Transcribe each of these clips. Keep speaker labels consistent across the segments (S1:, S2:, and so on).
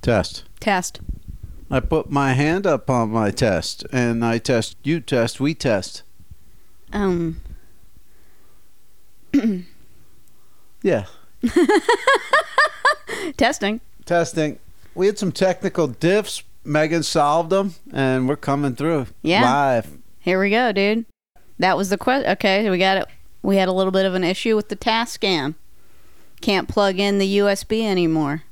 S1: Test.
S2: Test.
S1: I put my hand up on my test, and I test, you test, we test.
S2: Um.
S1: Yeah.
S2: Testing.
S1: Testing. We had some technical diffs. Megan solved them, and we're coming through
S2: Yeah.
S1: live.
S2: Here we go, dude. That was the question. Okay, we got it. We had a little bit of an issue with the task cam. Can't plug in the USB anymore.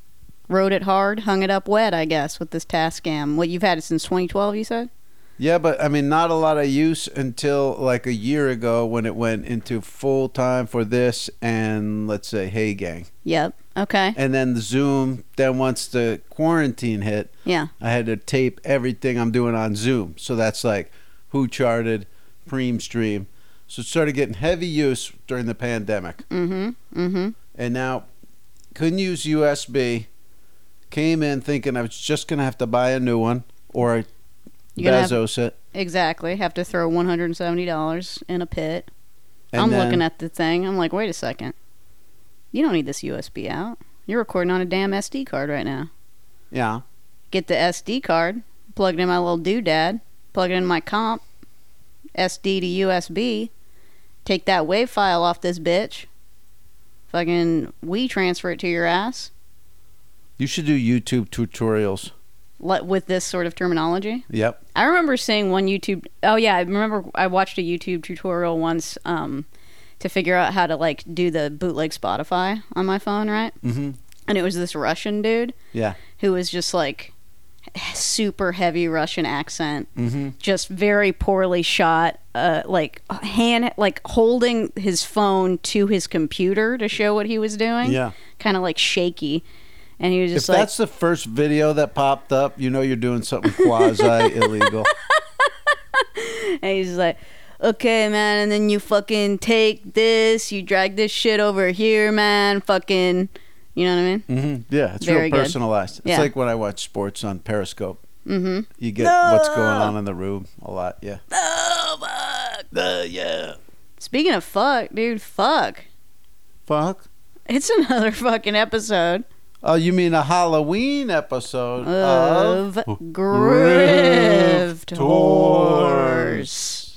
S2: Rode it hard, hung it up wet, I guess, with this task cam. What you've had it since 2012, you said?
S1: Yeah, but I mean, not a lot of use until like a year ago when it went into full time for this and let's say Hey Gang.
S2: Yep. Okay.
S1: And then the Zoom. Then once the quarantine hit,
S2: Yeah.
S1: I had to tape everything I'm doing on Zoom. So that's like Who Charted, Preem Stream. So it started getting heavy use during the pandemic.
S2: Mm-hmm. Mm-hmm.
S1: And now couldn't use USB. Came in thinking I was just going to have to buy a new one or
S2: You're gonna have-
S1: Bezos it.
S2: Exactly. Have to throw $170 in a pit. I'm looking at the thing. I'm like, wait a second. You don't need this USB out. You're recording on a damn SD card right now.
S1: Yeah.
S2: Get the SD card, plug it in my little doodad, plug it in my comp, SD to USB, take that WAV file off this bitch, fucking we transfer it to your ass
S1: You should do YouTube tutorials.
S2: let, with this sort of terminology.
S1: Yep.
S2: I remember seeing one YouTube. Oh yeah, I remember I watched a YouTube tutorial once um, to figure out how to like do the bootleg Spotify on my phone, right?
S1: Mm-hmm.
S2: And it was this Russian dude
S1: Yeah.
S2: who was just like super heavy Russian accent,
S1: Mm-hmm.
S2: just very poorly shot, uh, like hand like holding his phone to his computer to show what he was doing.
S1: Yeah.
S2: kind of like shaky, and he was
S1: If
S2: just like.
S1: that's the first video that popped up, you know you're doing something quasi illegal.
S2: And he's like, okay, man. And then you fucking take this, you drag this shit over here, man. Fucking, you know what I mean?
S1: Mm-hmm. Yeah, it's
S2: Very
S1: real
S2: good.
S1: personalized. It's
S2: Yeah.
S1: like when I watch sports on Periscope.
S2: Mm hmm.
S1: You get what's going on in the room a lot. Yeah.
S2: Oh, fuck.
S1: Uh, yeah.
S2: Speaking of fuck, dude, fuck.
S1: Fuck.
S2: It's another fucking episode
S1: Oh, you mean a Halloween episode of
S2: of Grift Horse.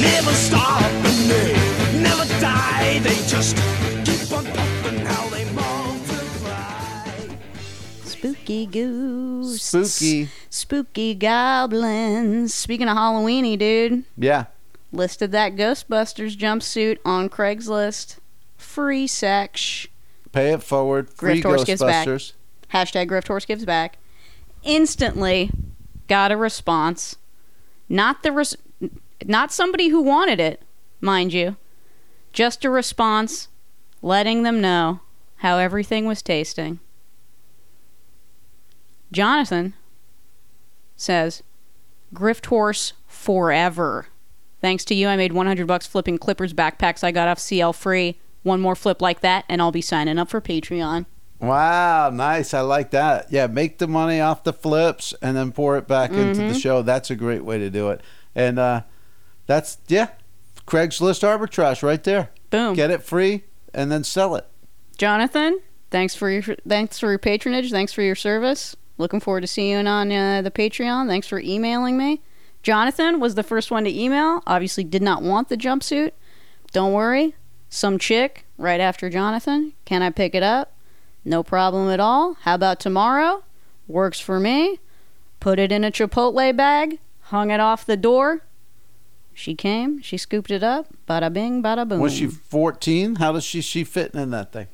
S3: Never stop and they never die. They just keep on popping how they multiply.
S2: Spooky goose.
S1: Spooky?
S2: Spooky goblins. Speaking of Halloweeny, dude.
S1: Yeah.
S2: listed that Ghostbusters jumpsuit on Craigslist. Free sex.
S1: Pay it forward. Free
S2: Grift Horse gives back.
S1: Ghostbusters.
S2: Hashtag Grift Horse gives back. Instantly got a response. Not the res- not somebody who wanted it, mind you. Just a response letting them know how everything was tasting. Jonathan says, Grift Horse forever. Thanks to you, I made 100 bucks flipping Clippers backpacks I got off CL free. One more flip like that, and I'll be signing up for Patreon.
S1: Wow, nice. I like that. Yeah, make the money off the flips and then pour it back into
S2: Mm-hmm.
S1: the show. That's a great way to do it. And uh, that's, yeah, Craigslist arbitrage right there.
S2: Boom.
S1: Get it free and then sell it.
S2: Jonathan, thanks for your thanks for your patronage. Thanks for your service. Looking forward to seeing you on uh, the Patreon. Thanks for emailing me. Jonathan was the first one to email. Obviously, did not want the jumpsuit. Don't worry. Some chick right after Jonathan. Can I pick it up? No problem at all. How about tomorrow? Works for me. Put it in a Chipotle bag. Hung it off the door. She came. She scooped it up. Bada bing, bada boom.
S1: Was she 14? How does she she fitting in that thing?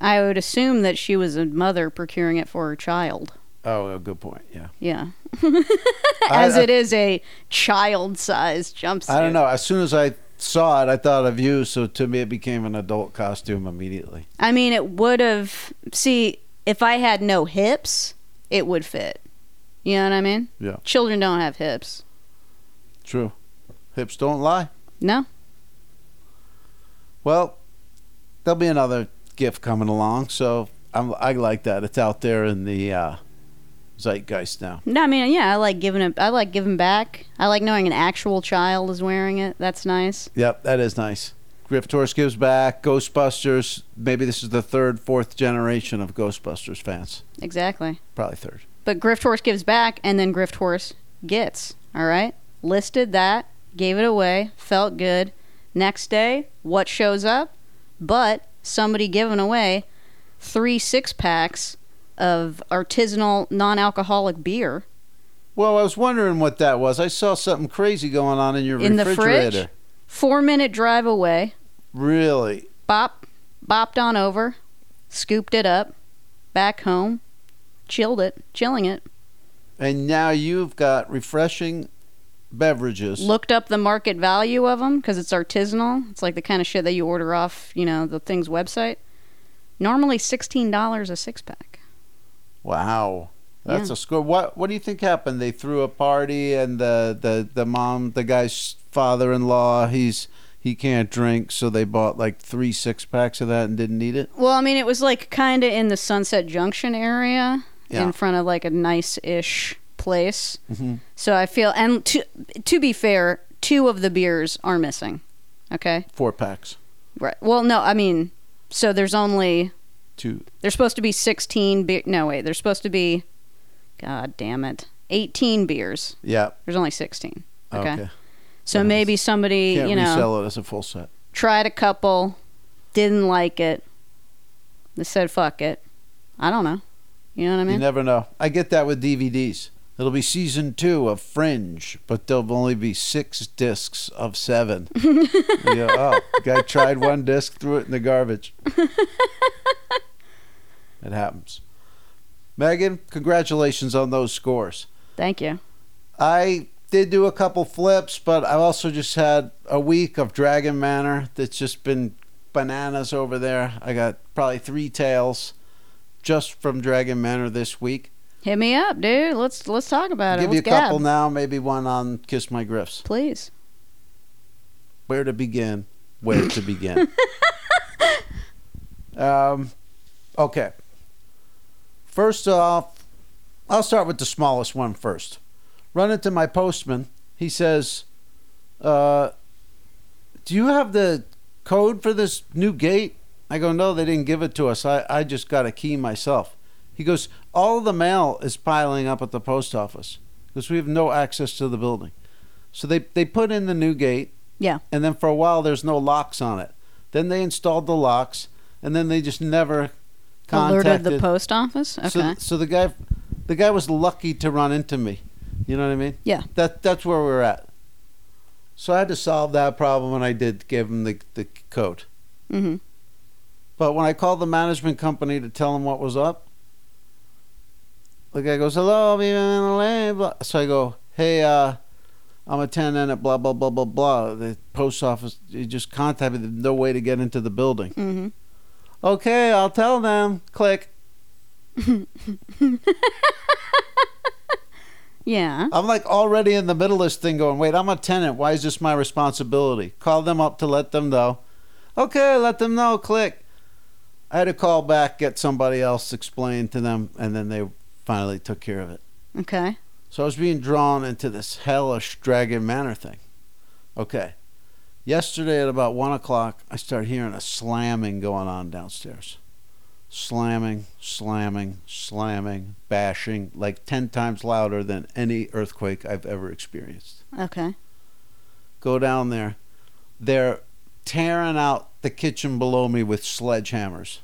S2: I would assume that she was a mother procuring it for her child.
S1: Oh, well, good point. Yeah.
S2: Yeah.
S1: I-
S2: As
S1: I-
S2: it is a child sized jumpsuit.
S1: I don't know. As soon as I saw it, I thought of you. So to me, it became an adult costume immediately.
S2: I mean, it would have. See, if I had no hips, it would fit. You know what I mean?
S1: Yeah.
S2: Children don't have hips.
S1: True. Hips don't lie.
S2: No?
S1: Well, there'll be another gift coming along. So I'm, I like that. It's out there in the uh, zeitgeist now.
S2: No, I mean, yeah, I like giving it. I like giving back. I like knowing an actual child is wearing it. That's nice.
S1: Yep, that is nice. Griff Torres gives back. Ghostbusters. Maybe this is the third, fourth generation of Ghostbusters fans.
S2: Exactly.
S1: Probably third.
S2: But Grift Horse gives back, and then Grift Horse gets. All right. Listed that, gave it away, felt good. Next day, what shows up? But somebody giving away three six packs of artisanal non alcoholic beer.
S1: Well, I was wondering what that was. I saw something crazy going on in your
S2: In the fridge?
S1: refrigerator.
S2: Four minute drive away,
S1: Really?
S2: bop, bopped on over, scooped it up, back home, chilled it, chilling it.
S1: And now you've got refreshing beverages.
S2: looked up the market value of them because it's artisanal. It's like the kind of shit that you order off, you know, the thing's website. Normally sixteen dollars a six pack.
S1: Wow. That's
S2: Yeah.
S1: a score. What what do you think happened? They threw a party and the, the, the mom the guy's father in law, he's he can't drink, so they bought like three six packs of that and didn't need it.
S2: Well, I mean, it was like kind of in the Sunset Junction area,
S1: Yeah.
S2: in front of like a nice ish place.
S1: Mhm.
S2: So I feel, and to to be fair, two of the beers are missing. Okay,
S1: Four packs.
S2: right. Well, no, I mean, so there's only
S1: Two
S2: There's supposed to be 16 beer. No, wait. There's supposed to be, God damn it, 18 beers.
S1: Yeah.
S2: There's only 16. Okay.
S1: Oh, Okay.
S2: So
S1: Nice.
S2: maybe somebody,
S1: Can't
S2: you know,
S1: resell it as a full set.
S2: tried a couple, didn't like it. They said, fuck it. I don't know. You know what I
S1: You
S2: mean?
S1: never know. I get that with DVDs. It'll be season two of Fringe, but there'll only be six discs of seven. you go, oh, guy tried one disc, threw it in the garbage. it happens. Megan, congratulations on those scores.
S2: Thank you.
S1: I did do a couple flips, but I also just had a week of Dragon Manor that's just been bananas over there. I got probably three tails just from Dragon Manor this week.
S2: Hit me up, dude. Let's let's talk about it.
S1: Give you a
S2: Let's
S1: couple
S2: gab.
S1: now, maybe one on Kiss My Griffs.
S2: Please.
S1: Where to begin? Where to begin? um, okay. First off, I'll start with the smallest one first. Run into my postman. He says, uh, "Do you have the code for this new gate?" I go, "No, they didn't give it to us. I, I just got a key myself." He goes, "All the mail is piling up at the post office because we have no access to the building." So they they put in the new gate.
S2: Yeah.
S1: And then for a while, there's no locks on it. Then they installed the locks, and then they just never contacted.
S2: Alerted the post office. Okay.
S1: So, so the guy, the guy was lucky to run into me. You know what I mean?
S2: Yeah.
S1: That that's where we were at. So I had to solve that problem, and I did give him the the code.
S2: mm-hmm.
S1: But when I called the management company to tell them what was up, the guy goes, "Hello, I'm Ivan Lane, blah." so I go, "Hey, uh, I'm a tenant at blah blah blah blah blah. The post office you just contacted. There's no way to get into the building."
S2: Mm-hmm.
S1: Okay, I'll tell them. Click.
S2: Yeah.
S1: I'm like already in the middle of this thing going, wait, I'm a tenant. Why is this my responsibility? Call them up to let them know. Okay, let them know. Click. I had to call back, get somebody else explain to them, and then they finally took care of it.
S2: Okay.
S1: So I was being drawn into this hellish Dragon Manor thing. Okay. Yesterday at about one o'clock, I start hearing a slamming going on downstairs. Slamming, slamming, slamming, bashing, like 10 times louder than any earthquake I've ever experienced.
S2: Okay.
S1: Go down there. They're tearing out the kitchen below me with sledgehammers.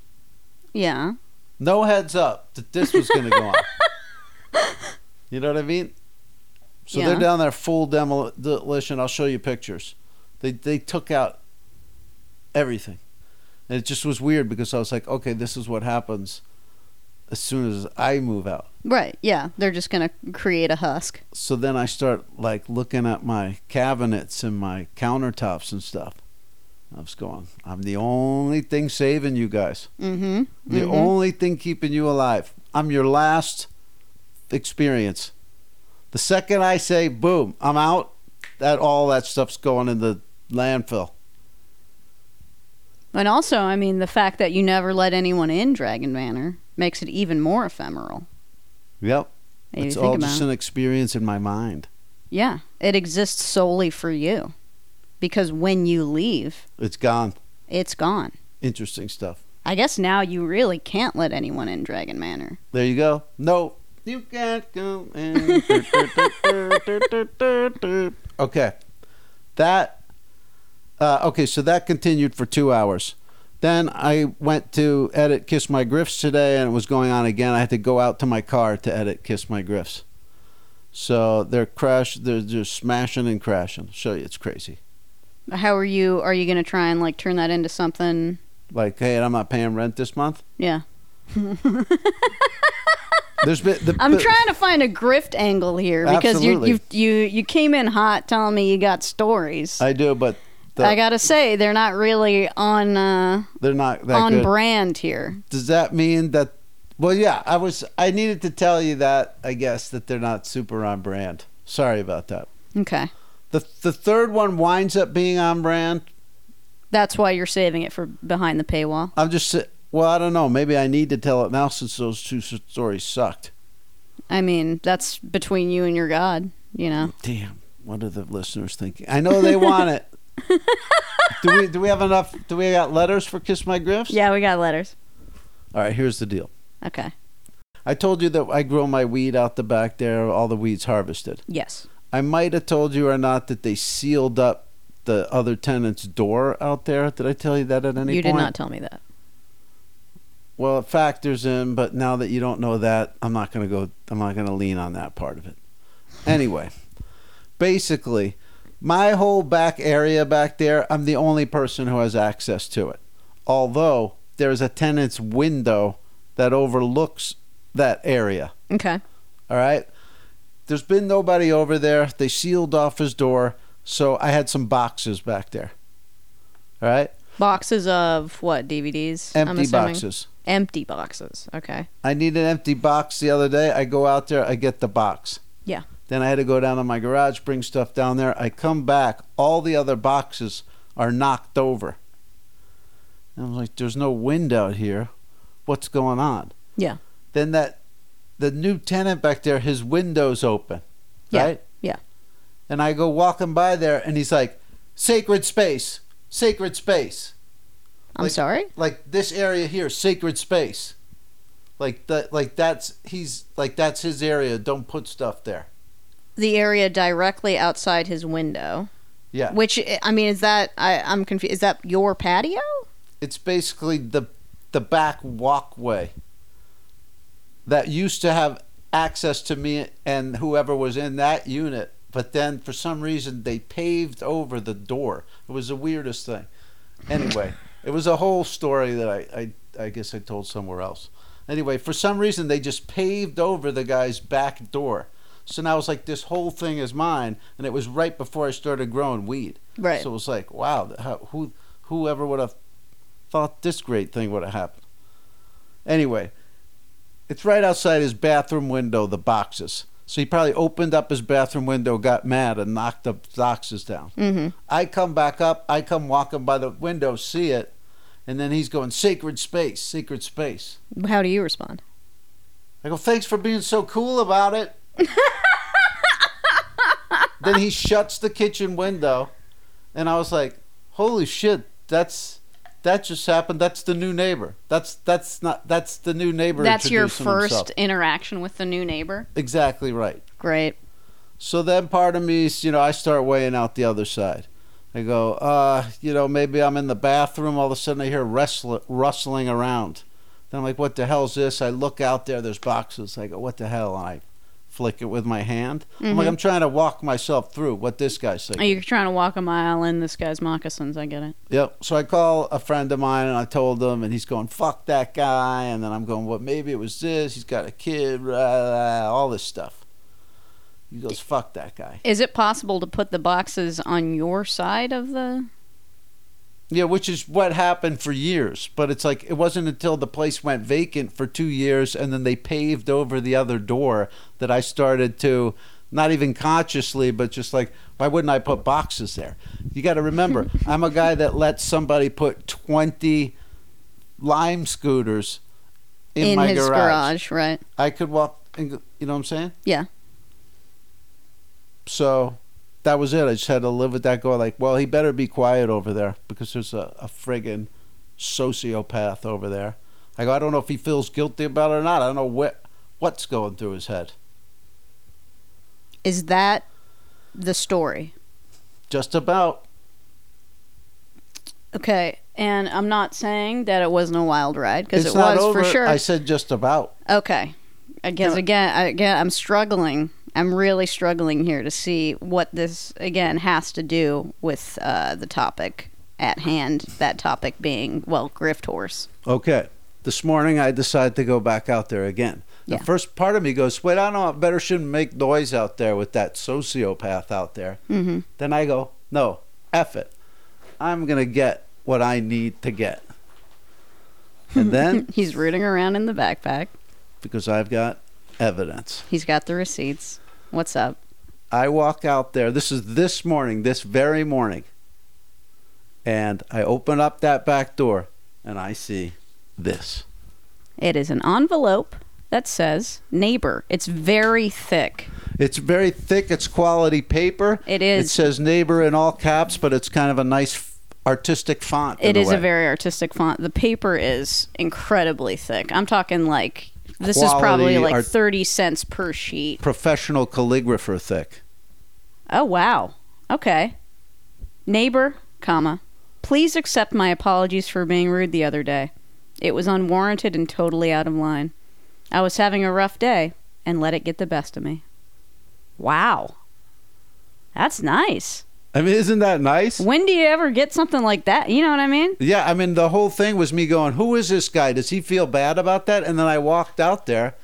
S2: Yeah.
S1: No heads up that this was going to go on. You know what I mean? So
S2: Yeah.
S1: they're down there full demolition. I'll show you pictures. They they took out everything, and it just was weird because I was like, okay, this is what happens as soon as I move out.
S2: Right. Yeah. They're just gonna create a husk.
S1: So then I start like looking at my cabinets and my countertops and stuff. I was going, I'm the only thing saving you guys.
S2: Mm-hmm.
S1: The
S2: Mhm.
S1: only thing keeping you alive. I'm your last experience. The second I say boom, I'm out, that all that stuff's going in the landfill.
S2: And also, I mean, the fact that you never let anyone in Dragon Manor makes it even more ephemeral.
S1: Yep.
S2: Maybe
S1: it's
S2: think
S1: all
S2: about
S1: just
S2: it.
S1: an experience in my mind.
S2: Yeah, it exists solely for you. Because when you leave,
S1: It's gone.
S2: it's gone.
S1: Interesting stuff.
S2: I guess now you really can't let anyone in Dragon Manor.
S1: There you go. No. You can't go in. okay. That. Uh, okay, so that continued for two hours. Then I went to edit Kiss My Griffs today, and it was going on again. I had to go out to my car to edit Kiss My Griffs. So they're crash. They're just smashing and crashing. show you, it's crazy.
S2: How are you? Are you going to try and like turn that into something?
S1: Like, hey, I'm not paying rent this month.
S2: Yeah.
S1: There's been. The,
S2: I'm
S1: the-
S2: trying to find a grift angle here because you
S1: Absolutely.
S2: you you you came in hot telling me you got stories. I,
S1: I do, but the,
S2: got to say they're not really on uh,
S1: they're not that
S2: on
S1: good.
S2: brand here.
S1: does that mean that well yeah i was i needed to tell you that i guess that they're not super on brand sorry about that
S2: Okay.
S1: the the third one winds up being on brand
S2: That's why you're saving it for behind the paywall.
S1: i'm just sa- well i don't know maybe i need to tell it now since those two s- stories sucked
S2: I mean, that's between you and your god, you know.
S1: damn what are the listeners thinking i know they want it do we do we have enough do we got letters for kiss my griffs
S2: Yeah, we got letters.
S1: all right here's the deal
S2: Okay.
S1: i told you that i grow my weed out the back there all the weeds harvested
S2: Yes.
S1: I might have told you or not that they sealed up the other tenant's door out there. Did I tell you that at any
S2: you
S1: point?
S2: did not tell me that.
S1: Well, it factors in, but now that you don't know that, I'm not going to go. I'm not going to lean on that part of it. Anyway, basically, my whole back area back there, I'm the only person who has access to it. Although there's a tenant's window that overlooks that area.
S2: Okay.
S1: All right. There's been nobody over there. They sealed off his door. So I had some boxes back there. All right.
S2: Boxes of what? DVDs? I'm
S1: Empty
S2: assuming?
S1: boxes.
S2: Empty boxes. Okay.
S1: I need an empty box the other day. I go out there, I get the box.
S2: Yeah.
S1: Then I had to go down to my garage, bring stuff down there. I come back, all the other boxes are knocked over. And I'm like, there's no wind out here. What's going on?
S2: Yeah.
S1: Then that the new tenant back there, his window's open.
S2: Yeah.
S1: Right?
S2: Yeah.
S1: And I go walking by there and he's like, Sacred space, sacred space.
S2: I'm
S1: Like-
S2: sorry.
S1: Like this area here, sacred space. Like that like that's he's like that's his area. Don't put stuff there.
S2: The area directly outside his window.
S1: Yeah.
S2: Which I mean, is that I, I'm confused? Is that your patio?
S1: It's basically the the back walkway that used to have access to me and whoever was in that unit, but then for some reason they paved over the door. It was the weirdest thing. Anyway, it was a whole story that I, I I guess I told somewhere else. Anyway, for some reason they just paved over the guy's back door. So now it's like this whole thing is mine, and it was right before I started growing weed.
S2: Right.
S1: So it was like, wow, th- how, who whoever would have thought this great thing would have happened. Anyway, it's right outside his bathroom window, the boxes. So he probably opened up his bathroom window, got mad, and knocked the boxes down.
S2: Mm-hmm.
S1: I come back up, I come walking by the window, see it, and then he's going, Sacred space, sacred space.
S2: How do you respond?
S1: I go, Thanks for being so cool about it. then he shuts the kitchen window, and I was like, Holy shit, that's. That just happened. That's the new neighbor. That's that's not that's the new neighbor.
S2: That's your
S1: introducing
S2: first
S1: himself.
S2: interaction with the new neighbor.
S1: Exactly right.
S2: Great.
S1: So then part of me, is, you know, I start weighing out the other side. I go, uh, you know, maybe I'm in the bathroom. All of a sudden I hear wrestle- rustling around. Then I'm like, what the hell's this? I look out there, there's boxes. I go, what the hell? And I flick it with my hand. I'm like, I'm trying to walk myself through what this guy's saying.
S2: Oh, You're trying to walk a mile in this guy's moccasins. I get it.
S1: Yep. So I call a friend of mine and I told him, and he's going, "Fuck that guy," and then I'm going, "What? maybe it was this. He's got a kid. Blah, blah, blah," all this stuff." He goes, "Fuck that guy."
S2: Is it possible to put the boxes on your side of the?
S1: Yeah, which is what happened for years. But it's like it wasn't until the place went vacant for two years and then they paved over the other door that I started to not even consciously, but just like, why wouldn't I put boxes there? You got to remember, I'm a guy that lets somebody put 20 lime scooters in, my
S2: his
S1: garage.
S2: garage. right?
S1: I could walk, and, go- you know what I'm saying?
S2: Yeah.
S1: So that was it. I just had to live with that. Go like, well, he better be quiet over there because there's a, a friggin' sociopath over there. I go, I don't know if he feels guilty about it or not. I don't know what what's going through his head.
S2: Is that the story?
S1: Just about.
S2: Okay. And I'm not saying that it wasn't a wild ride because
S1: It's
S2: it
S1: not
S2: was
S1: over.
S2: for sure.
S1: I said just about.
S2: Okay. I guess again, I- again, I'm struggling. I'm really struggling here to see what this again has to do with uh, the topic at hand. That topic being well, grift horse.
S1: Okay. This morning I decided to go back out there again. The
S2: Yeah.
S1: first part of me goes, wait, I don't better shouldn't make noise out there with that sociopath out there.
S2: Mm-hmm.
S1: Then I go, no, F it. I'm going to get what I need to get. And then,
S2: He's rooting around in the backpack.
S1: because I've got evidence,
S2: He's got the receipts. What's up?
S1: I walk out there. This is this morning, this very morning. And I open up that back door and I see this.
S2: It is an envelope that says neighbor. It's very thick.
S1: It's very thick, it's quality paper.
S2: It is.
S1: It says neighbor in all caps, but it's kind of a nice f- artistic font. in
S2: It is a
S1: way.
S2: very artistic font. The paper is incredibly thick. I'm talking like this is
S1: Quality
S2: probably like
S1: art-
S2: 30 cents per sheet.
S1: professional calligrapher thick.
S2: Oh wow. Okay. Neighbor, comma. Please accept my apologies for being rude the other day. It was unwarranted and totally out of line. I was having a rough day and let it get the best of me. Wow. That's nice.
S1: I mean, isn't that nice?
S2: When do you ever get something like that? You know what I mean?
S1: Yeah, I mean, the whole thing was me going, Who is this guy? Does he feel bad about that? And then I walked out there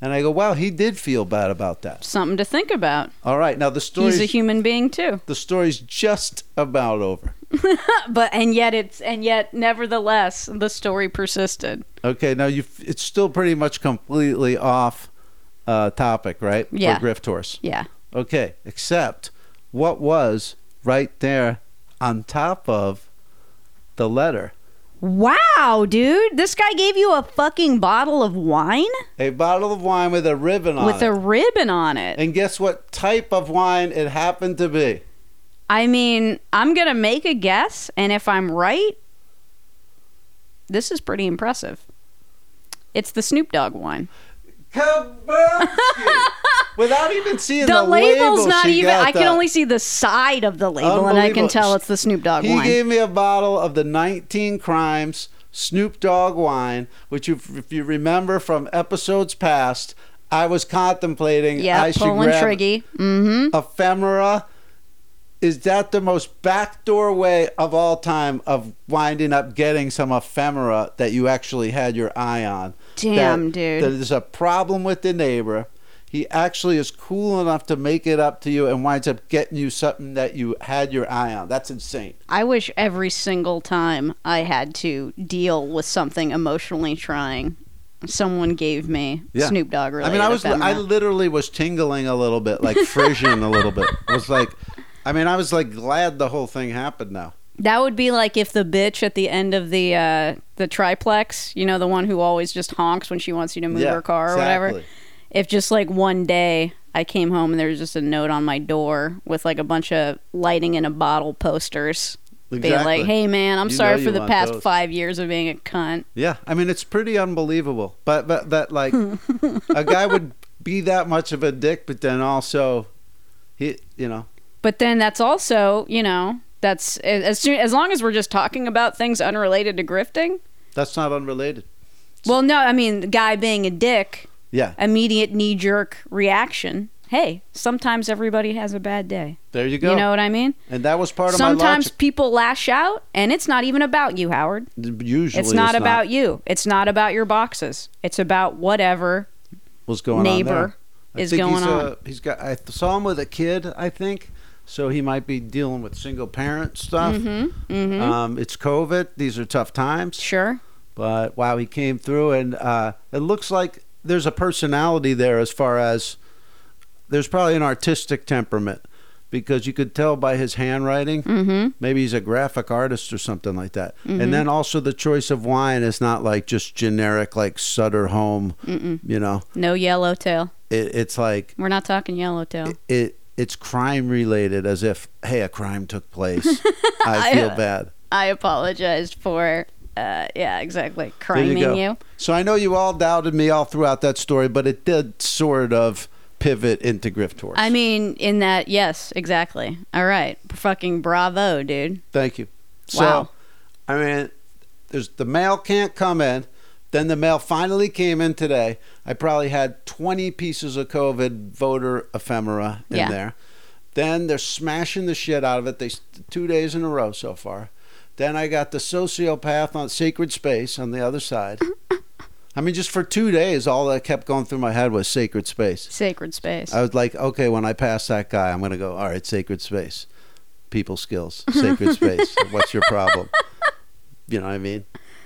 S1: and I go, Wow, he did feel bad about that.
S2: Something to think about.
S1: All right, now the
S2: He's a
S1: story's,
S2: human being too.
S1: the story's just about over.
S2: But and yet it's and yet nevertheless the story persisted.
S1: Okay, now you it's still pretty much completely off uh, topic, right?
S2: Yeah.
S1: For Grift Horse.
S2: Yeah.
S1: Okay, except what was right there on top of the letter?
S2: Wow, dude. This guy gave you a fucking bottle of wine?
S1: A bottle of wine with a ribbon on
S2: with
S1: it.
S2: a ribbon on it.
S1: and guess what type of wine it happened to be?
S2: I mean, I'm going to make a guess, and if I'm right, this is pretty impressive. It's the Snoop Dogg wine.
S1: Kabuki! Without even seeing the,
S2: the label's
S1: label,
S2: not
S1: she
S2: even.
S1: got
S2: I can
S1: that.
S2: only see the side of the label, and I can
S1: Unbelievable.
S2: tell it's the Snoop Dogg
S1: He
S2: wine.
S1: gave me a bottle of the 19 Crimes Snoop Dogg wine, which, you, if you remember from episodes past, I was contemplating.
S2: yeah,
S1: I should
S2: Poland
S1: grab
S2: Triggy. Mm-hmm.
S1: ephemera. Is that the most backdoor way of all time of winding up getting some ephemera that you actually had your eye on?
S2: Damn,
S1: That-
S2: dude.
S1: that There's a problem with the neighbor. He actually is cool enough to make it up to you and winds up getting you something that you had your eye on. That's insane.
S2: I wish every single time I had to deal with something emotionally trying, someone gave me
S1: Yeah.
S2: Snoop Dogg.
S1: I mean, I was I
S2: ephemera.
S1: literally was tingling a little bit, like frisson a little bit. It was like, I mean, I was like glad the whole thing happened now.
S2: That would be like if the bitch at the end of the uh, the triplex, you know, the one who always just honks when she wants you to move
S1: Yeah,
S2: her car or whatever.
S1: exactly.
S2: If just like one day I came home and there was just a note on my door with like a bunch of lighting in a bottle posters. Being
S1: Exactly.
S2: like, hey man, I'm
S1: You know
S2: sorry
S1: you
S2: for the
S1: want
S2: past
S1: those."
S2: five years of being a cunt.
S1: Yeah, I mean it's pretty unbelievable. But but that like a guy would be that much of a dick, but then also he you know
S2: But then that's also, you know, that's as soon as long as we're just talking about things unrelated to grifting.
S1: that's not unrelated.
S2: Well, no, I mean, the guy being a dick
S1: Yeah,
S2: immediate knee jerk reaction. Hey, sometimes everybody has a bad day.
S1: there you go.
S2: You know what I mean?
S1: and that was part of
S2: Sometimes
S1: my
S2: people lash out, and it's not even about you, Howard.
S1: logic. Usually
S2: It's not about you. It's not about your boxes. It's about whatever
S1: what's going on
S2: neighbor
S1: there. I
S2: is
S1: think
S2: going
S1: he's,
S2: on.
S1: uh, he's got. I th- saw him with a kid. I think so. He might be dealing with single parent stuff.
S2: Mm-hmm,
S1: Um, it's COVID. These are tough times.
S2: Sure.
S1: but wow, he came through, and uh, it looks like there's a personality there as far as there's probably an artistic temperament because you could tell by his handwriting.
S2: Mm-hmm.
S1: Maybe he's a graphic artist or something like that. And then also the choice of wine is not like just generic like Sutter Home.
S2: Mm-mm.
S1: You know,
S2: No yellowtail.
S1: it, it's like
S2: We're not talking yellowtail.
S1: it, it it's crime related, as if hey, a crime took place. I feel bad.
S2: I apologized for. Uh, yeah, exactly.
S1: There
S2: Criming
S1: go.
S2: you,
S1: So I know you all doubted me all throughout that story, but it did sort of pivot into Grift Horse.
S2: I mean, in that, yes, exactly. All right, fucking bravo, dude.
S1: Thank you. So,
S2: Wow.
S1: I mean, there's the mail can't come in. Then the mail finally came in today. I probably had 20 pieces of COVID voter ephemera in
S2: Yeah.
S1: there. Then they're smashing the shit out of it. They two days in a row so far. Then I got the sociopath on sacred space on the other side. I mean, just for two days, all that kept going through my head was sacred space.
S2: Sacred space.
S1: I was like, okay, when I pass that guy, I'm gonna go. All right, sacred space, people skills, sacred space. What's your problem? You know what I mean?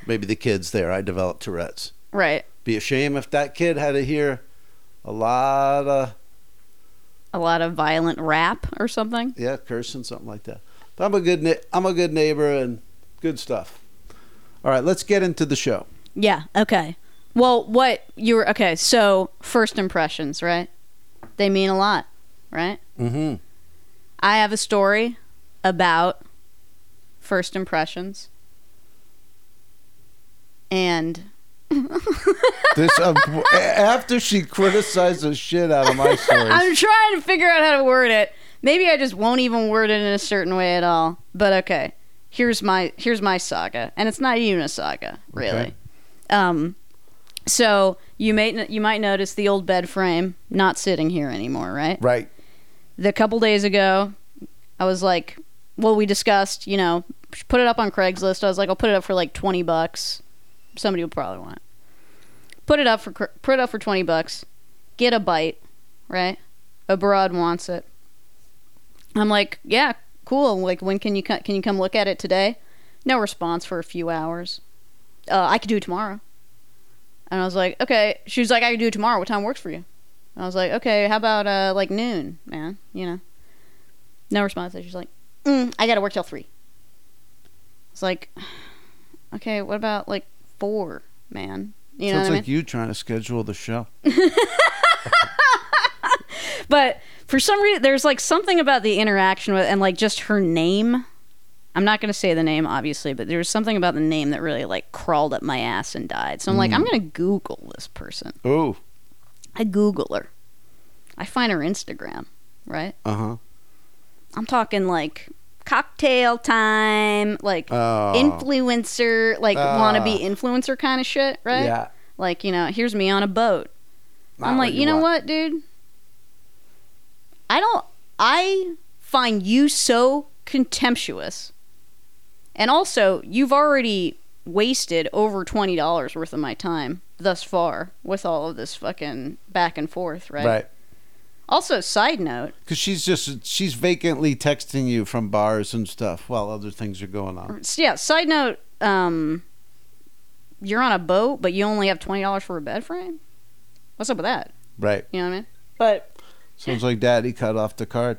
S1: Maybe the kids there. I developed Tourette's.
S2: right.
S1: Be a shame if that kid had to hear a lot of
S2: A lot of violent rap or something.
S1: yeah cursing something like that. But I'm a good na- I'm a good neighbor and good stuff. All right, let's get into the show.
S2: Yeah. Okay. Well, what you were okay? So first impressions, right? They mean a lot, right?
S1: Mm-hmm.
S2: I have a story about first impressions, and
S1: This um, after she criticized the shit out of my stories.
S2: I'm trying to figure out how to word it. Maybe I just won't even word it in a certain way at all. But okay, here's my here's my saga, and it's not even a saga, really.
S1: Okay.
S2: Um, so you may you might notice the old bed frame not sitting here anymore, right?
S1: right.
S2: The couple days ago, I was like, well, we discussed, you know, put it up on Craigslist. I was like, I'll put it up for like twenty bucks. Somebody will probably want it. Put it up for cr- put it up for twenty bucks. Get a bite, right? A broad wants it. I'm like, yeah, cool. Like, when can you co- can you come look at it today? No response for a few hours. Uh, I could do it tomorrow. And I was like, okay. She was like, I could do it tomorrow. What time works for you? And I was like, okay. How about uh, like noon, man? You know. No response. She's like, mm, I gotta work till three. It's like, okay. What about like four, man? You know
S1: Sounds
S2: what I mean?
S1: like you trying to schedule the show.
S2: but for some reason there's like something about the interaction with and like just her name i'm not going to say the name obviously but there was something about the name that really like crawled up my ass and died so i'm like i'm
S1: Mm.
S2: going to google this person
S1: Ooh.
S2: i google her i find her instagram right
S1: Uh huh.
S2: i'm talking like cocktail time like
S1: Oh.
S2: influencer like
S1: Ah.
S2: wannabe influencer kind of shit right
S1: Yeah.
S2: like you know here's me on a boat
S1: Not
S2: I'm like, you know
S1: want.
S2: what, dude? I don't. I find you so contemptuous. And also, you've already wasted over $20 worth of my time thus far with all of this fucking back and forth, right?
S1: Right.
S2: Also, side note,
S1: Because she's just she's vacantly texting you from bars and stuff while other things are going on.
S2: s- yeah, side note, um, you're on a boat, but you only have $20 for a bed frame? What's up with that?
S1: Right.
S2: You know what I mean? But
S1: Sounds like Daddy cut off the card.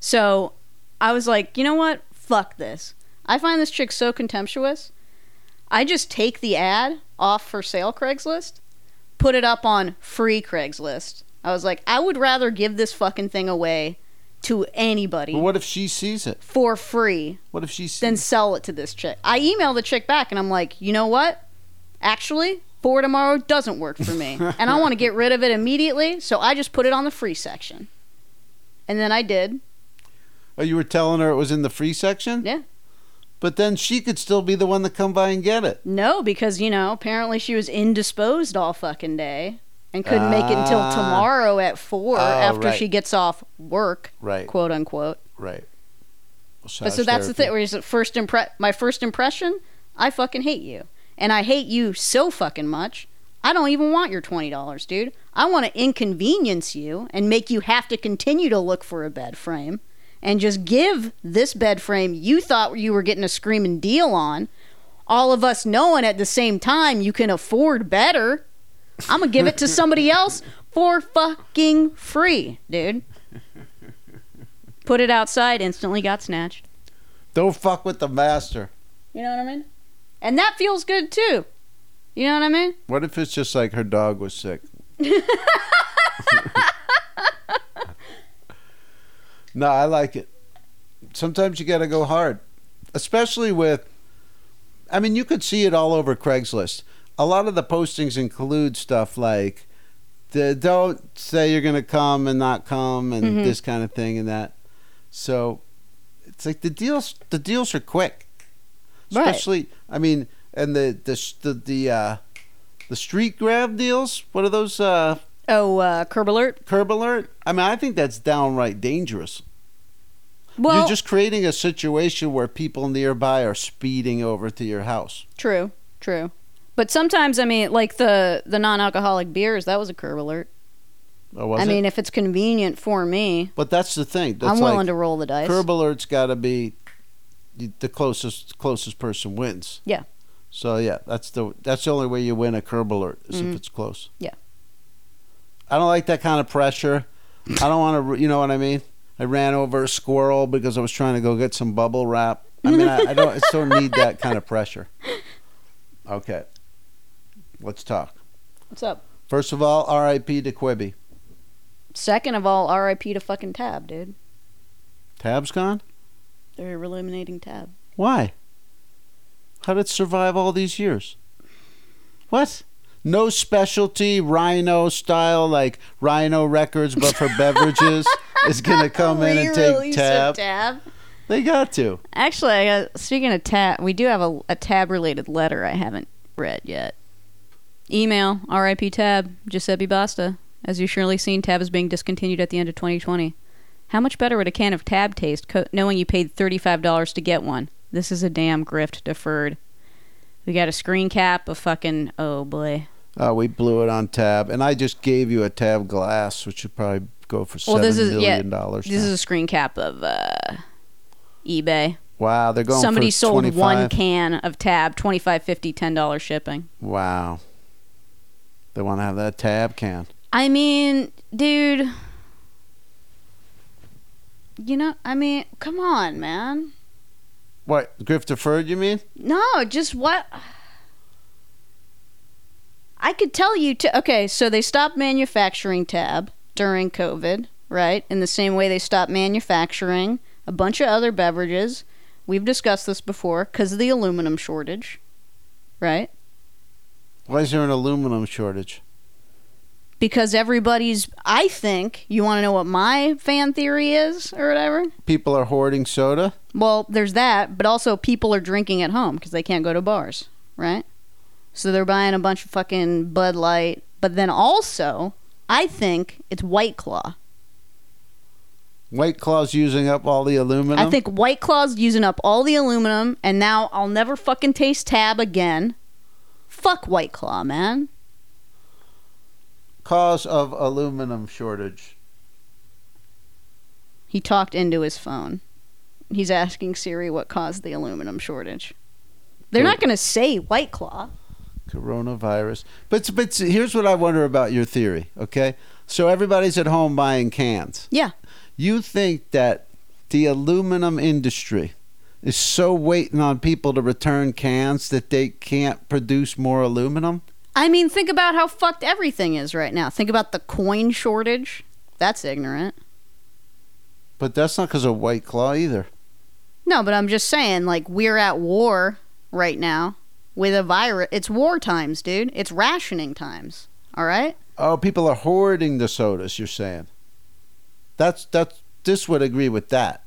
S2: So I was like, you know what? Fuck this. I find this chick so contemptuous. I just take the ad off for sale Craigslist, put it up on free Craigslist. I was like, I would rather give this fucking thing away to anybody
S1: But what if she sees it?
S2: for free
S1: What if she sees?
S2: than sell it to this chick. I email the chick back and I'm like, you know what? Actually, for tomorrow doesn't work for me. and I want to get rid of it immediately, so I just put it on the free section. And then I did.
S1: oh, you were telling her it was in the free section.
S2: Yeah.
S1: But then she could still be the one to come by and get it.
S2: No, because you know, apparently she was indisposed all fucking day and couldn't make it until
S1: Ah.
S2: tomorrow at four
S1: Oh,
S2: after
S1: right.
S2: she gets off work,
S1: Right.
S2: quote unquote.
S1: Right. Well,
S2: But so
S1: massage
S2: that's the
S1: therapy.
S2: thing. Where is it first impre- My first impression, I fucking hate you, and I hate you so fucking much. I don't even want your twenty dollars, dude. I want to inconvenience you and make you have to continue to look for a bed frame, and just give this bed frame you thought you were getting a screaming deal on. All of us knowing at the same time you can afford better. I'm gonna give it to somebody else for fucking free, dude. Put it outside, instantly got snatched.
S1: Don't fuck with the master.
S2: You know what I mean? And that feels good too. You know what I mean?
S1: What if it's just like her dog was sick? no, I like it. Sometimes you got to go hard, especially with. I mean, you could see it all over Craigslist. A lot of the postings include stuff like, the, "Don't say you're going to come and not come," and
S2: Mhm.
S1: this kind of thing and that. So, it's like the deals. The deals are quick,
S2: Right.
S1: especially. I mean, and the the sh- the the, uh, the street grab deals. What are those? Uh,
S2: Oh, uh, curb alert.
S1: curb alert. I mean, I think that's downright dangerous.
S2: Well,
S1: You're just creating a situation where people nearby are speeding over to your house.
S2: true, true. But sometimes, I mean, like the the non-alcoholic beers, that was a curb alert.
S1: Or Oh, was
S2: I
S1: it?
S2: mean, if it's convenient for me,
S1: but that's the thing. That's
S2: I'm willing
S1: like,
S2: to roll the dice.
S1: Curb alert's got to be the closest closest person wins.
S2: Yeah.
S1: So yeah, that's the that's the only way you win a curb alert is
S2: Mhm.
S1: if it's close.
S2: Yeah.
S1: I don't like that kind of pressure. I don't want to. You know what I mean? I ran over a squirrel because I was trying to go get some bubble wrap. I mean, I, I don't. I still need that kind of pressure. Okay. Let's talk.
S2: What's up?
S1: First of all, R.I.P. to Quibby.
S2: Second of all, R.I.P. to fucking Tab, dude.
S1: Tab's gone.
S2: They're eliminating Tab.
S1: Why? How did it survive all these years? What? No specialty rhino style like Rhino Records, but for beverages is gonna
S2: Oh,
S1: come in and take
S2: Re-release of
S1: tab.
S2: tab.
S1: They got to.
S2: Actually, I got, speaking of tab, we do have a, a tab related letter I haven't read yet. Email RIP tab Giuseppe Basta. As you've surely seen, tab is being discontinued at the end of 2020. How much better would a can of tab taste co- knowing you paid $35 to get one? This is a damn grift deferred. We got a screen cap of fucking oh boy.
S1: Oh, we blew it on tab, and I just gave you a tab glass, which would probably go for
S2: Well,
S1: seven
S2: this
S1: million
S2: is- yeah,
S1: dollars.
S2: This is
S1: now.
S2: a screen cap of uh, eBay.
S1: wow, they're going
S2: Somebody
S1: for
S2: sold
S1: 25.
S2: one can of tab, 25 50 $10 shipping.
S1: Wow, they want to have that tab can.
S2: I mean, dude. You know, I mean, come on, man.
S1: What Griff deferred? You mean?
S2: No, just what I could tell you to Okay, so they stopped manufacturing tab during COVID, right? In the same way they stopped manufacturing a bunch of other beverages. We've discussed this before cuz of the aluminum shortage, right?
S1: Why is there an aluminum shortage?
S2: Because everybody's I think, you want to know what my fan theory is or whatever?
S1: People are hoarding soda.
S2: Well, there's that, but also people are drinking at home because they can't go to bars, right? So they're buying a bunch of fucking Bud Light, but then also, I think it's White Claw.
S1: White Claw's using up all the aluminum.
S2: I think White Claw's using up all the aluminum, and now I'll never fucking taste Tab again. Fuck White Claw, man.
S1: cause of aluminum shortage.
S2: He talked into his phone. He's asking Siri what caused the aluminum shortage. They're not going to say White Claw.
S1: Coronavirus. But but here's what I wonder about your theory, okay? So everybody's at home buying cans.
S2: Yeah.
S1: You think that the aluminum industry is so waiting on people to return cans that they can't produce more aluminum?
S2: I mean, think about how fucked everything is right now. Think about the coin shortage. That's ignorant.
S1: But that's not because of White Claw either.
S2: No, but I'm just saying, like, we're at war right now with a virus. It's war times, dude. It's rationing times. All right?
S1: Oh, people are hoarding the sodas, you're saying. That's that's this would agree with that.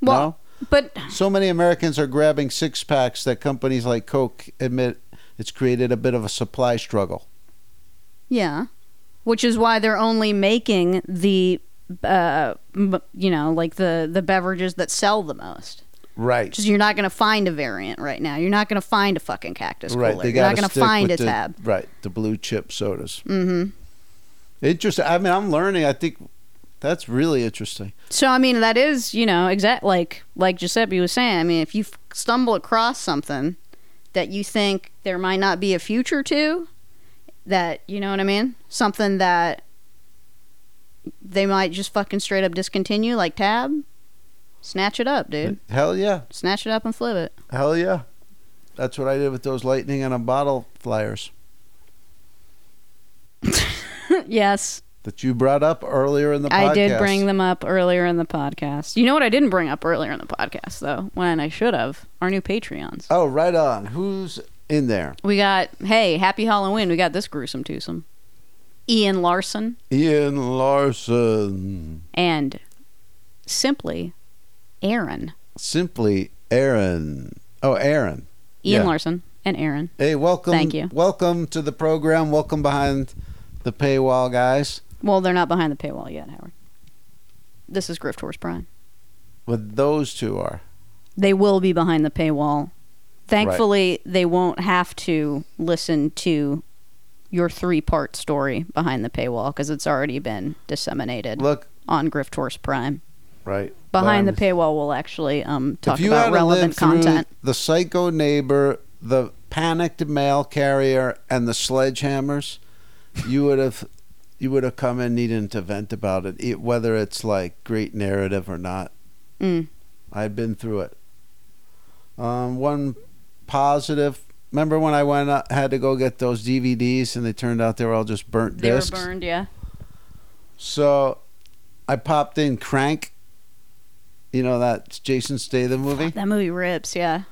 S2: Well,
S1: no?
S2: but
S1: So many Americans are grabbing six packs that companies like Coke admit it's created a bit of a supply struggle.
S2: yeah, which is why they're only making the, uh, m- you know, like the the beverages that sell the most.
S1: Right.
S2: Just you're not gonna find a variant right now. You're not gonna find a fucking cactus
S1: right.
S2: cooler. You're
S1: gotta
S2: not gonna
S1: stick
S2: find a
S1: with the-
S2: tab.
S1: Right. The blue chip sodas.
S2: Mm-hmm.
S1: Interesting. I mean, I'm learning. I think that's really interesting.
S2: So I mean, that is you know exact like like Giuseppe was saying. I mean, if you f- stumble across something that you think there might not be a future to, that you know what I mean? Something that they might just fucking straight up discontinue, like tab. Snatch it up, dude.
S1: Hell yeah.
S2: Snatch it up and flip it.
S1: Hell yeah. That's what I did with those lightning and a bottle flyers
S2: yes,
S1: that you brought up earlier in the podcast.
S2: I did bring them up earlier in the podcast. You know what I didn't bring up earlier in the podcast though, when I should have? Our new Patreons.
S1: Oh, right on. Who's in there?
S2: We got hey, happy Halloween. We got this gruesome twosome. Ian Larson
S1: Ian Larson.
S2: and simply Aaron.
S1: Simply Aaron. Oh, Aaron. Yeah.
S2: Ian Larson and Aaron.
S1: Hey, welcome.
S2: Thank you.
S1: Welcome to the program. Welcome behind the paywall, guys.
S2: Well, they're not behind the paywall yet, Howard. This is Grift Horse Prime.
S1: But those two are.
S2: They will be behind the paywall. Thankfully, they won't have to listen to your three part story behind the paywall because it's already been disseminated
S1: Look,
S2: on Grift Horse Prime.
S1: right.
S2: Behind the
S1: Barnes.
S2: paywall, we'll actually um, talk
S1: if you
S2: about
S1: had
S2: relevant
S1: to live through
S2: content.
S1: The psycho neighbor, the panicked mail carrier, and the sledgehammers, you would have you would have come in needing to vent about it, it, whether it's like great narrative or not.
S2: Mm.
S1: I've been through it. Um, one positive. Remember when I went out, had to go get those DVDs and they turned out they were all just burnt
S2: They
S1: discs.
S2: were burned, yeah.
S1: So I popped in Crank. You know that Jason Statham movie.
S2: That movie rips, yeah.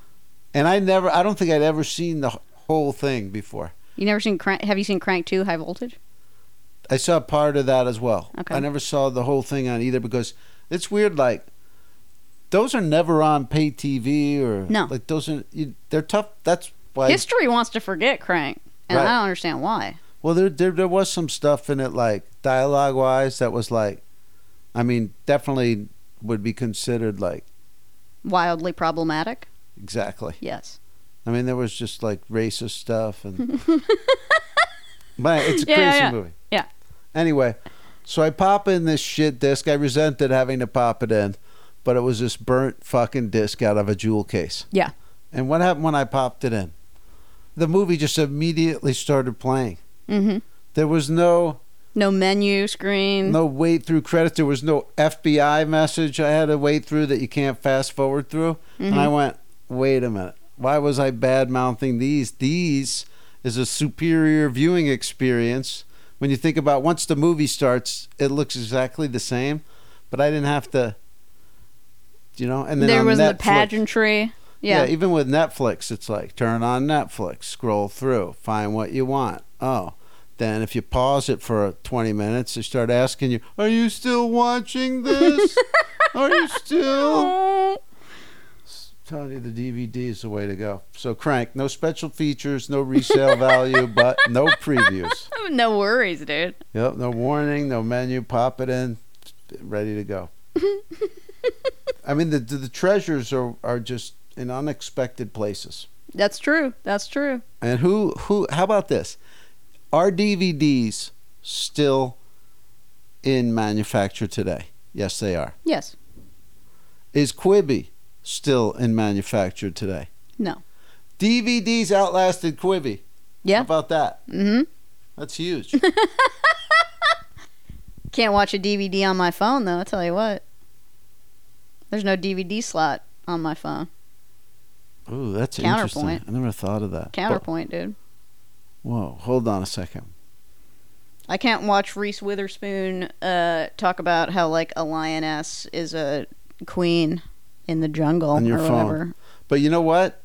S1: And I never, I don't think I'd ever seen the whole thing before.
S2: You never seen Crank? Have you seen Crank 2 High Voltage?
S1: I saw part of that as well.
S2: Okay.
S1: I never saw the whole thing on either because it's weird. Like those are never on pay TV or
S2: No.
S1: Like those are you, they're tough. That's why.
S2: History wants to forget Crank, and
S1: Right.
S2: I don't understand why.
S1: well, there, there there was some stuff in it like dialogue wise that was like, I mean, definitely would be considered like
S2: Wildly problematic,
S1: exactly.
S2: yes.
S1: I mean, there was just like racist stuff and. but it's a
S2: Yeah,
S1: crazy
S2: yeah.
S1: movie.
S2: Yeah.
S1: Anyway, so I pop in this shit disc. I resented having to pop it in, but it was this burnt fucking disc out of a jewel case.
S2: Yeah.
S1: And what happened when I popped it in? The movie just immediately started playing.
S2: Mm-hmm.
S1: There was no
S2: No menu screen.
S1: no wait through credits. There was no FBI message I had to wait through that you can't fast forward through. And
S2: Mm-hmm.
S1: I went, wait a minute. Why was I bad mouthing these? These is a superior viewing experience. When you think about once the movie starts, it looks exactly the same, but I didn't have to, you know. And then
S2: there
S1: on
S2: was the
S1: Netflix-
S2: pageantry. Yeah.
S1: even with Netflix, it's like turn on Netflix, scroll through, find what you want. Oh, then if you pause it for 20 minutes, they start asking you, Are you still watching this? Are you still?
S2: Oh.
S1: Telling you the DVD is the way to go. So, Crank, no special features, no resale value, but no previews.
S2: Mm, No worries, dude.
S1: Yep, no warning, no menu. Pop it in, ready to go. I mean, the, the, the treasures are, are just in unexpected places.
S2: That's true. That's true.
S1: And who who how about this? Are DVDs still in manufacture today? Yes, they are.
S2: Yes.
S1: Is Quibi still in manufacture today?
S2: No.
S1: DVDs outlasted Quibi. How
S2: Yeah.
S1: about that?
S2: Mm-hmm.
S1: That's huge.
S2: Can't watch a DVD on my phone though. I tell you what. There's no DVD slot on my phone.
S1: Ooh, that's
S2: Counterpoint.
S1: interesting. I never thought of that.
S2: Counterpoint, dude.
S1: But- whoa, hold on a second.
S2: I can't watch Reese Witherspoon uh, talk about how like a lioness is a queen in the jungle
S1: On your
S2: or
S1: phone.
S2: whatever.
S1: But you know what?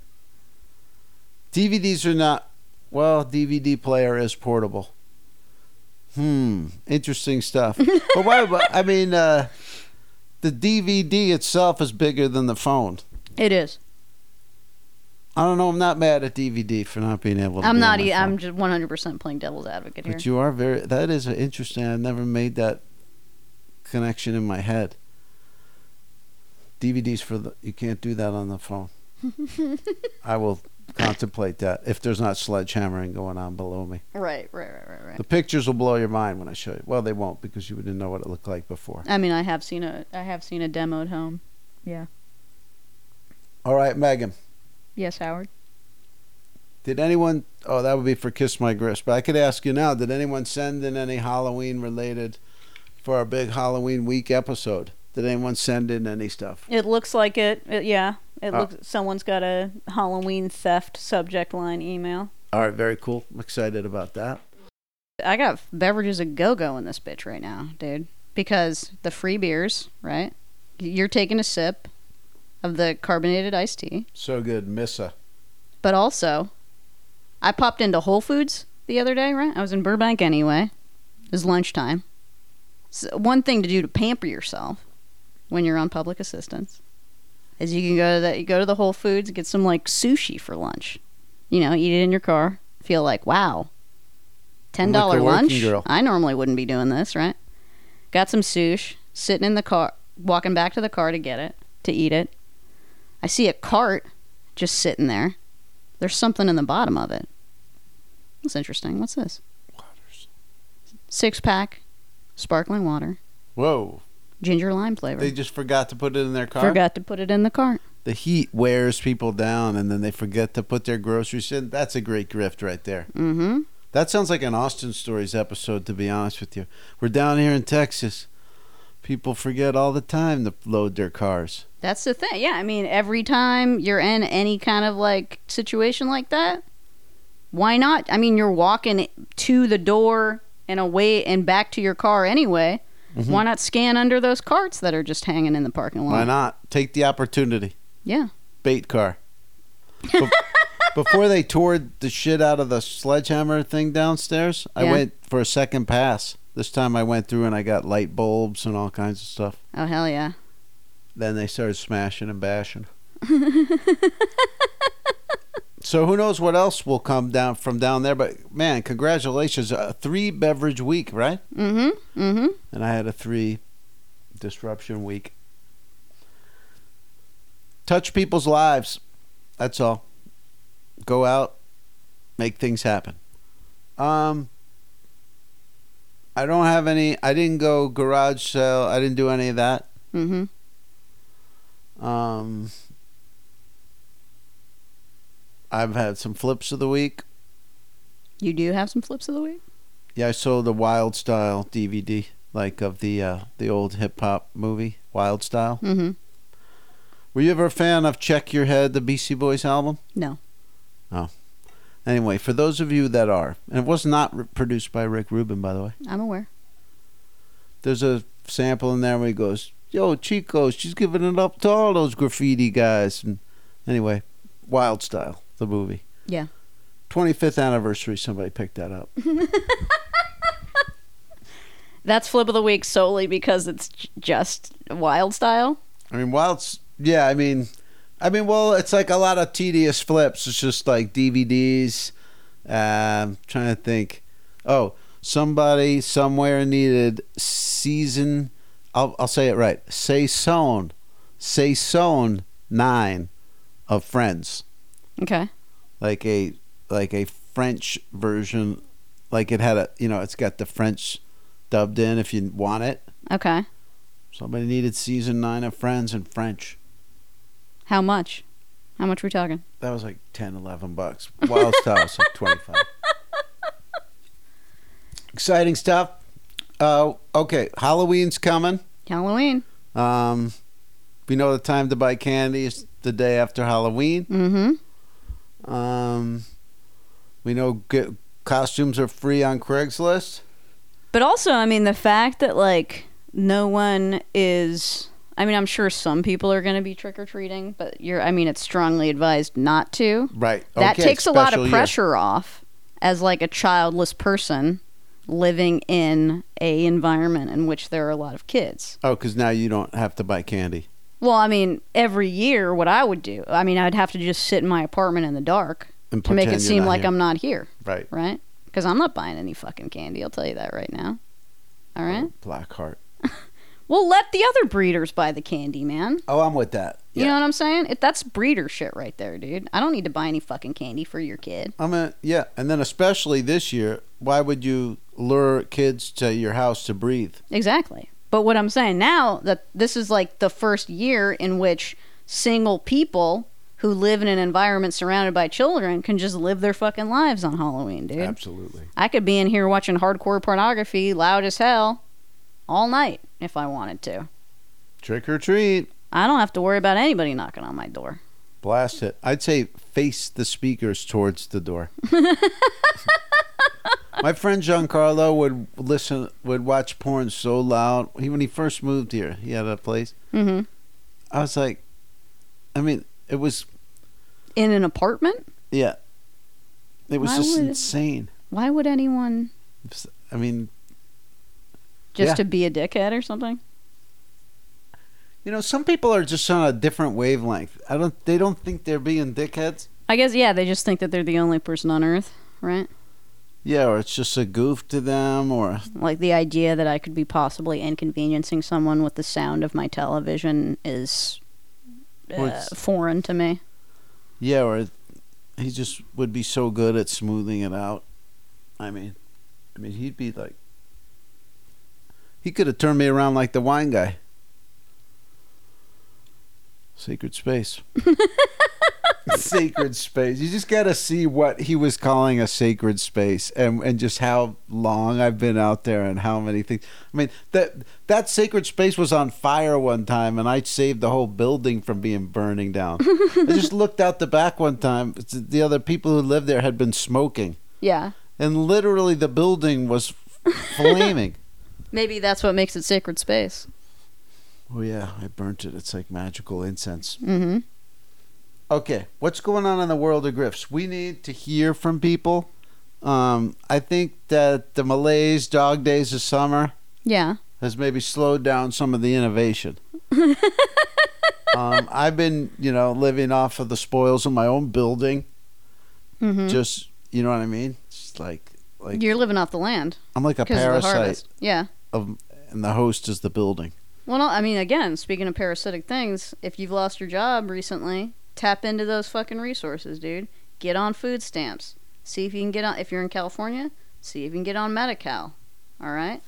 S1: DVDs are not. Well, DVD player is portable. Hmm. Interesting stuff. but why? why- I mean, uh, the DVD itself is bigger than the phone.
S2: It is.
S1: I don't know. I'm not mad at DVD for not being able. to
S2: I'm
S1: be on
S2: not.
S1: my
S2: E-
S1: phone.
S2: I'm just 100% playing devil's advocate here.
S1: But you are very. That is interesting. I've never made that connection in my head. DVDs for the you can't do that on the phone. I will contemplate that if there's not sledgehammering going on below me.
S2: right. Right. Right. Right. Right.
S1: The pictures will blow your mind when I show you. Well, they won't because you didn't know what it looked like before.
S2: I mean, I have seen a. I have seen a demo at home.
S1: All right, Megan.
S2: Yes, Howard.
S1: Did anyone? Oh, that would be for Kiss My Grist. But I could ask you now. Did anyone send in any Halloween related for our big Halloween week episode? Did anyone send in any stuff?
S2: It looks like it. it yeah. It
S1: Oh.
S2: looks someone's got a Halloween theft subject line email.
S1: All right, very cool. I'm excited about that.
S2: I got beverages a go go in this bitch right now, dude. Because the free beers, right? You're taking a sip of the carbonated iced tea,
S1: So good, Missa.
S2: but also, I popped into Whole Foods the other day, right? I was in Burbank anyway. It was lunchtime. So one thing to do to pamper yourself when you're on public assistance is you can go to the, you go to the Whole Foods and get some like sushi for lunch. You know, eat it in your car. Feel like wow, ten
S1: I'm
S2: dollar
S1: like a working
S2: lunch.
S1: girl.
S2: I normally wouldn't be doing this, right? Got some sushi. Sitting in the car, walking back to the car to get it to eat it. I see a cart just sitting there. There's something in the bottom of it. That's interesting. What's this? Six pack, sparkling water,
S1: Whoa.
S2: ginger lime flavor.
S1: They just forgot to put it in their car.
S2: Forgot to put it in the cart.
S1: The heat wears people down and then they forget to put their groceries in. That's a great grift right there.
S2: Mm-hmm.
S1: That sounds like an Austin Stories episode, to be honest with you. We're down here in Texas. People forget all the time to load their cars.
S2: That's the thing. Yeah, I mean, every time you're in any kind of like situation like that, why not? I mean, you're walking to the door and away and back to your car anyway. Why not scan under those carts that are just hanging in the parking lot?
S1: Mm-hmm. Why not? Take the opportunity.
S2: Yeah.
S1: Bait car. Be- Before they toured the shit out of the sledgehammer thing downstairs, I
S2: Yeah.
S1: went for a second pass. This time I went through and I got light bulbs and all kinds of stuff.
S2: Oh hell yeah.
S1: Then they started smashing and bashing. so who knows what else will come down from down there? But man, congratulations! A three beverage week, right?
S2: Mm-hmm. Mm-hmm.
S1: And I had a three disruption week. Touch people's lives. That's all. Go out, make things happen. Um, I don't have any. I didn't go garage sale. I didn't do any of that.
S2: Mm-hmm.
S1: Um, I've had some flips of the week.
S2: You do have some flips of the week?
S1: Yeah, I saw the Wild Style DVD, like of the uh, the old hip hop movie Wild Style.
S2: Mm-hmm.
S1: Were you ever a fan of Check Your Head, the Beastie Boys album? Oh.
S2: No.
S1: Anyway, for those of you that are, and it was not re- produced by Rick Rubin, by the way.
S2: I'm aware.
S1: There's a sample in there where he goes, "Yo, Chico, she's giving it up to all those graffiti guys." And anyway, Wild Style, the movie.
S2: Yeah.
S1: 25th anniversary. Somebody picked that up.
S2: That's flip of the week solely because it's j- just wild style.
S1: I mean, while it's yeah, I mean, I mean, well, it's like a lot of tedious flips. It's just like DVDs. Um, trying to think. Oh, somebody somewhere needed season. I'll I'll say it right. Saison, saison nine of Friends,
S2: Okay.
S1: like a like a French version. Like it had a you know, it's got the French dubbed in if you want it.
S2: Okay.
S1: Somebody needed season nine of Friends in French.
S2: How much? How much we talking?
S1: That was like 10, 11 bucks. Wild Style was like 25. Exciting stuff. Uh, okay, Halloween's coming.
S2: Halloween.
S1: Um, we know the time to buy candy is the day after Halloween.
S2: Mm-hmm.
S1: Um, we know g costumes are free on Craigslist.
S2: But also, I mean, the fact that like no one is. I mean, I'm sure some people are going to be trick or treating, but you're. I mean, it's strongly advised not to.
S1: Right.
S2: That
S1: okay,
S2: takes a lot
S1: special
S2: of
S1: year.
S2: pressure off as like a childless person living in a environment in which there are a lot of kids.
S1: Oh, because now you don't have to buy candy.
S2: Well, I mean, every year, what I would do, I mean, I'd have to just sit in my apartment in the dark
S1: And
S2: to make
S1: pretend
S2: it
S1: you're
S2: seem
S1: not
S2: like
S1: here.
S2: I'm not here,
S1: Right.
S2: right? Because I'm not buying any fucking candy. I'll tell you that right now. All right.
S1: Black heart.
S2: Well, let the other breeders buy the candy, man.
S1: Oh, I'm with that.
S2: You know what I'm saying? It, that's breeder shit right there, dude. I don't need to buy any fucking candy for your kid.
S1: I mean, yeah, and then especially this year, why would you lure kids to your house to breathe?
S2: Exactly. But what I'm saying now that this is like the first year in which single people who live in an environment surrounded by children can just live their fucking lives on Halloween, dude.
S1: Absolutely.
S2: I could be in here watching hardcore pornography loud as hell all night if I wanted to.
S1: Trick or treat.
S2: I don't have to worry about anybody knocking on my door.
S1: Blast it. I'd say face the speakers towards the door. My friend Giancarlo would listen, would watch porn so loud. He, when he first moved here, he had a place.
S2: hmm
S1: I was like, I mean, it was,
S2: In an apartment?
S1: yeah. It was
S2: Why
S1: just
S2: would-
S1: insane.
S2: Why would anyone
S1: It's- I mean,
S2: just
S1: Yeah.
S2: to be a dickhead or something?
S1: you know, some people are just on a different wavelength. I don't, they don't think they're being dickheads.
S2: I guess yeah, they just think that they're the only person on earth, right?
S1: Yeah, or it's just a goof to them, or
S2: Like the idea that I could be possibly inconveniencing someone with the sound of my television is
S1: Well,
S2: uh,
S1: it's-
S2: foreign to me.
S1: Yeah, or it- he just would be so good at smoothing it out. I mean, I mean, he'd be like, he could have turned me around like the wine guy. Sacred space. sacred space. You just gotta see what he was calling a sacred space, and and just how long I've been out there, and how many things. I mean that that sacred space was on fire one time, and I saved the whole building from being burning down. I just looked out the back one time. It's- The other people who lived there had been smoking,
S2: Yeah.
S1: and literally the building was flaming.
S2: Maybe that's what makes it sacred space.
S1: oh yeah, I burnt it. It's like magical incense.
S2: Mm-hmm.
S1: Okay, what's going on in the world of grifts? We need to hear from people. Um, I think that the Malays dog days of summer
S2: Yeah.
S1: has maybe slowed down some of the innovation. um, I've been, you know, living off of the spoils of my own building.
S2: Mm-hmm.
S1: Just, you know what I mean? It's like, like
S2: You're living off the land
S1: I'm like a
S2: because of the
S1: parasite,
S2: harvest. Yeah.
S1: of, and the host is the building.
S2: Well, no, I mean, again, speaking of parasitic things, if you've lost your job recently, tap into those fucking resources, dude. Get on food stamps. See if you can get on. If you're in California, see if you can get on Medi-Cal. All right.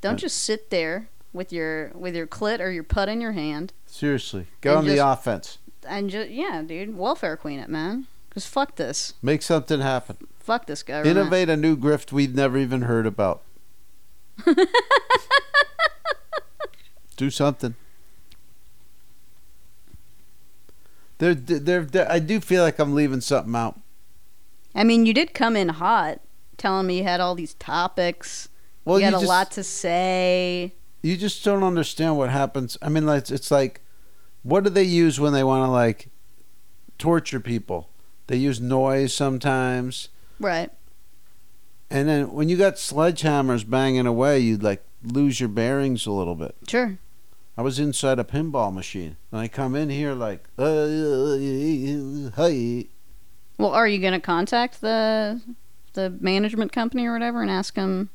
S2: Don't
S1: Yeah.
S2: just sit there with your with your clit or your putt in your hand
S1: Seriously, get
S2: And
S1: on the
S2: just-
S1: offense.
S2: and just yeah, dude, welfare queen it, man. Cause fuck this,
S1: Make something happen.
S2: fuck this government.
S1: Innovate a new grift we've never even heard about. Do something. There, there, there, I do feel like I'm leaving something out.
S2: I mean, you did come in hot, telling me you had all these topics.
S1: Well,
S2: you had a
S1: just,
S2: lot to say.
S1: you just don't understand what happens. I mean, like it's like, what do they use when they want to like torture people? They use noise sometimes,
S2: Right.
S1: and then when you got sledgehammers banging away, you like lose your bearings a little bit.
S2: Sure.
S1: I was inside a pinball machine, and I come in here like, uh, hey,
S2: Well, are you going to contact the the management company or whatever and ask them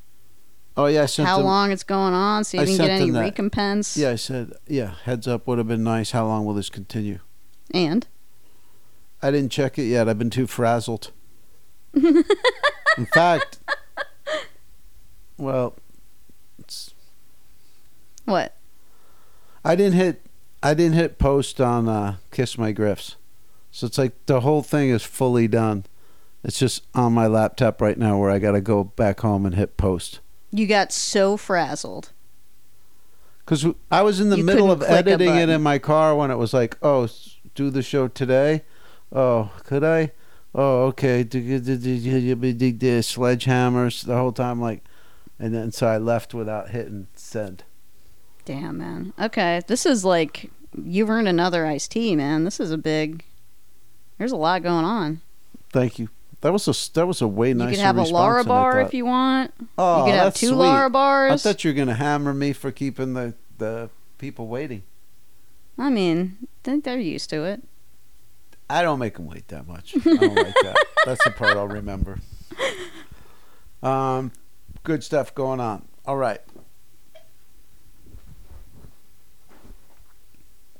S1: oh yeah, I sent
S2: how
S1: them-
S2: long it's going on, see if
S1: I
S2: you can get
S1: sent
S2: any
S1: them that.
S2: recompense?
S1: Yeah, I said, yeah, heads up would have been nice. How long will this continue?
S2: And
S1: I didn't check it yet. I've been too frazzled. in fact, well, it's,
S2: what?
S1: I didn't hit, I didn't hit post on uh, Kiss My Griffs, so it's like the whole thing is fully done. It's just on my laptop right now where I got to go back home and hit post.
S2: You got so frazzled.
S1: Because I was in the
S2: You
S1: middle of
S2: couldn't click a
S1: editing it
S2: button.
S1: in my car when it was like, oh, s- do the show today. Oh, could I? Oh, okay. D- d- d- d- d- d- d- Sledgehammers the whole time, like, and then so I left without hitting send.
S2: Damn, man. Okay, this is like you've earned another iced tea, man. This is a big There's a lot going on.
S1: Thank you. That was a s- that was a way nicer
S2: you could have a
S1: response
S2: Laura
S1: than I
S2: bar if
S1: thought.
S2: you want.
S1: Oh,
S2: you could have
S1: that's
S2: two
S1: sweet.
S2: Laura
S1: I
S2: bars. I,
S1: thought you were gonna hammer me for keeping the the people waiting.
S2: mean, think they're used to it.
S1: I don't make them wait that much. I don't like that. That's the part I'll remember. Um, good stuff going on. All right,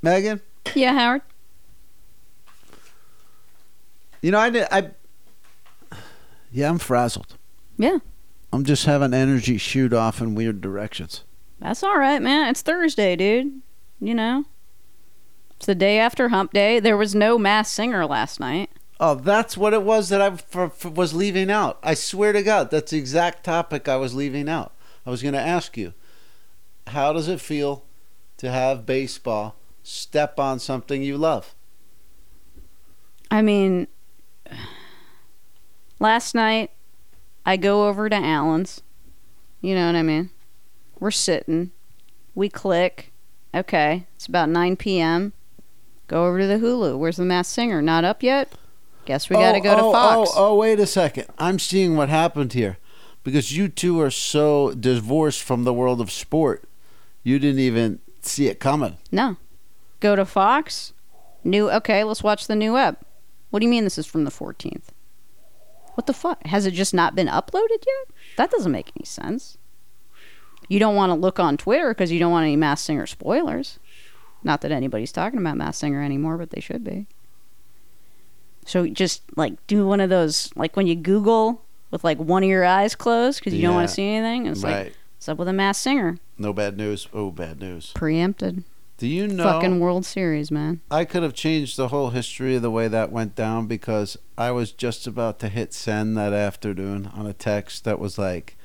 S1: Megan.
S2: Yeah, Howard.
S1: You know I did. I yeah, I'm frazzled.
S2: Yeah.
S1: I'm just having energy shoot off in weird directions.
S2: That's all right, man. It's Thursday, dude. You know, It's the day after Hump Day. There was no mass singer last night.
S1: Oh, that's what it was that I f- f- was leaving out. I swear to God, that's the exact topic I was leaving out. I was going to ask you, how does it feel to have baseball step on something you love?
S2: I mean, last night I go over to Allen's. You know what I mean? We're sitting. We click. Okay, it's about 9 p.m. Go over to the Hulu. Where's the mass singer? Not up yet? Guess we got to
S1: Oh,
S2: go
S1: oh,
S2: to Fox.
S1: Oh, oh, wait a second. I'm seeing what happened here because you two are so divorced from the world of sport. You didn't even see it coming.
S2: No. Go to Fox. New. Okay, let's watch the new app. What do you mean this is from the 14th? What the fuck? Has it just not been uploaded yet? That doesn't make any sense. You don't want to look on Twitter because you don't want any Mass Singer spoilers. Not that anybody's talking about Mass Singer anymore, but they should be. So just like do one of those, like when you Google with like one of your eyes closed because you don't want
S1: Yeah.
S2: to see anything. It's
S1: right.
S2: like, what's up with a Mass Singer?
S1: no bad news. Oh, bad news.
S2: Preempted.
S1: Do you know?
S2: Fucking World Series, man.
S1: I could have changed the whole history of the way that went down because I was just about to hit send that afternoon on a text that was like,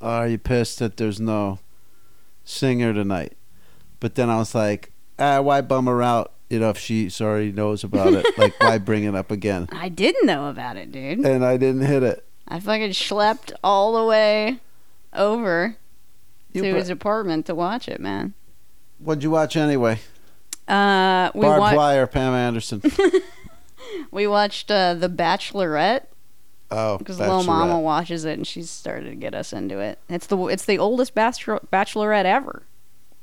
S1: Are you pissed that there's no singer tonight? But then I was like, ah, Why bum her out? You know, if she already knows about it, like, why bring it up again?
S2: I didn't know about it, dude.
S1: And I didn't hit it.
S2: I fucking schlepped all the way over
S1: You
S2: to
S1: put-
S2: his apartment to watch it, man.
S1: What'd you watch anyway?
S2: Uh, we,
S1: Barb
S2: wa-
S1: Wire, Pam Anderson.
S2: we watched uh, The Bachelorette
S1: Oh,
S2: because Lil Mama
S1: Bachelorette.
S2: watches it and she started to get us into it. It's the it's the oldest bachelor- Bachelorette ever.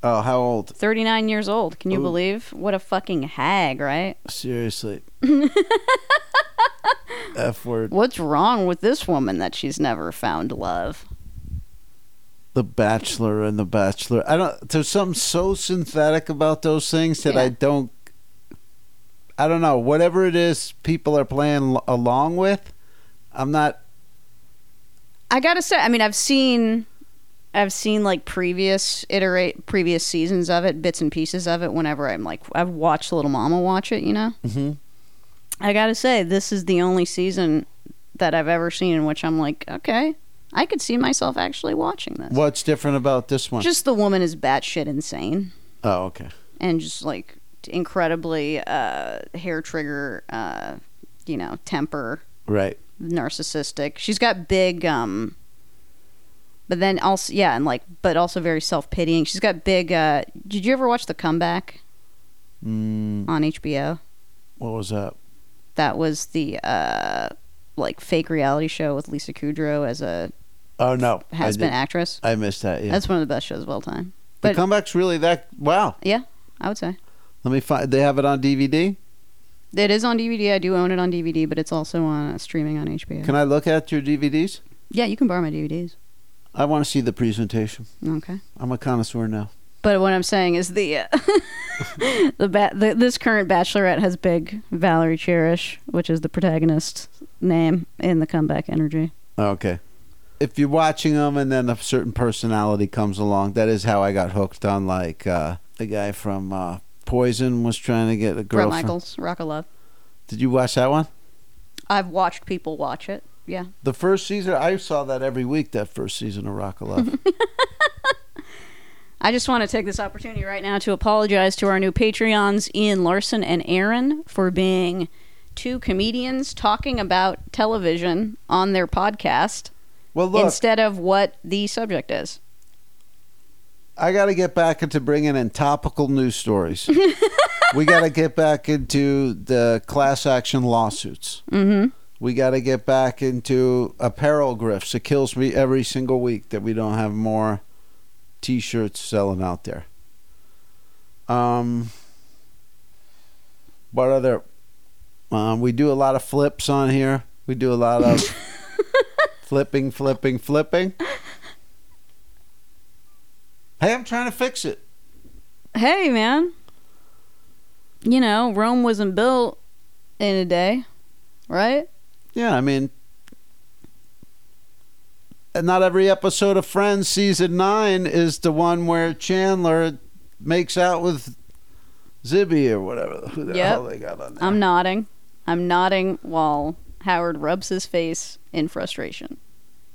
S1: Oh, how old?
S2: 39 years old. Can you
S1: Ooh.
S2: believe? What a fucking hag, right?
S1: Seriously. F word.
S2: What's wrong with this woman that she's never found love?
S1: The Bachelor and The Bachelor. I don't. There's something so synthetic about those things that I
S2: Yeah.
S1: don't. I don't know. Whatever it is, people are playing l- along with. I'm not.
S2: I gotta say, I mean, I've seen, I've seen like previous iterate previous seasons of it, bits and pieces of it. Whenever I'm like, I've watched Little Mama watch it, you know.
S1: Mhm.
S2: I gotta say, this is the only season that I've ever seen in which I'm like, okay, I could see myself actually watching this.
S1: What's different about this one?
S2: Just the woman is batshit insane
S1: oh, okay.
S2: and just like incredibly uh, hair trigger, uh, you know, temper
S1: Right.
S2: narcissistic. She's got big um but then also yeah, and like but also very self-pitying. She's got big uh did you ever watch The Comeback
S1: Mm,
S2: on HBO?
S1: what was that?
S2: That was the uh like fake reality show with Lisa Kudrow as a
S1: Oh no, I,
S2: has been
S1: did-
S2: actress.
S1: I missed that. Yeah.
S2: That's one of the best shows of all time.
S1: the
S2: but-
S1: comeback's really that. Wow.
S2: Yeah, I would say.
S1: Let me find. They have it on DVD.
S2: It is on DVD. I do own it on DVD, but it's also on uh, streaming on HBO.
S1: Can I look at your DVDs?
S2: yeah, you can borrow my DVDs.
S1: I want to see the presentation.
S2: Okay.
S1: I'm a connoisseur now.
S2: But what I'm saying is the uh, the, ba- the this current Bachelorette has big Valerie Cherish, which is the protagonist's name in the comeback energy.
S1: Oh, Okay. If you're watching them and then a certain personality comes along, that is how I got hooked on like uh, the guy from uh, Poison was trying to get a
S2: Brett
S1: girl. From,
S2: Michaels, Rock of Love.
S1: did you watch that one?
S2: I've watched people watch it. Yeah,
S1: The first season, I saw that every week. That first season of Rock of Love.
S2: I just want to take this opportunity right now to apologize to our new Patreons, Ian Larson and Aaron, for being two comedians talking about television on their podcast
S1: well, look,
S2: instead of what the subject is.
S1: I got to get back into bringing in topical news stories. we got to get back into the class action lawsuits.
S2: Mm-hmm.
S1: We got to get back into apparel grifts. It kills me every single week that we don't have more t-shirts selling out there. Um, what other? Um, we do a lot of flips on here. We do a lot of flipping, flipping, flipping. Hey, I'm trying to fix it.
S2: hey man you know rome wasn't built in a day right
S1: Yeah, I mean, and not every episode of Friends season nine is the one where Chandler makes out with Zibby or whatever. Who the
S2: Yep.
S1: hell they got on there?
S2: I'm nodding. I'm nodding while Howard rubs his face in frustration.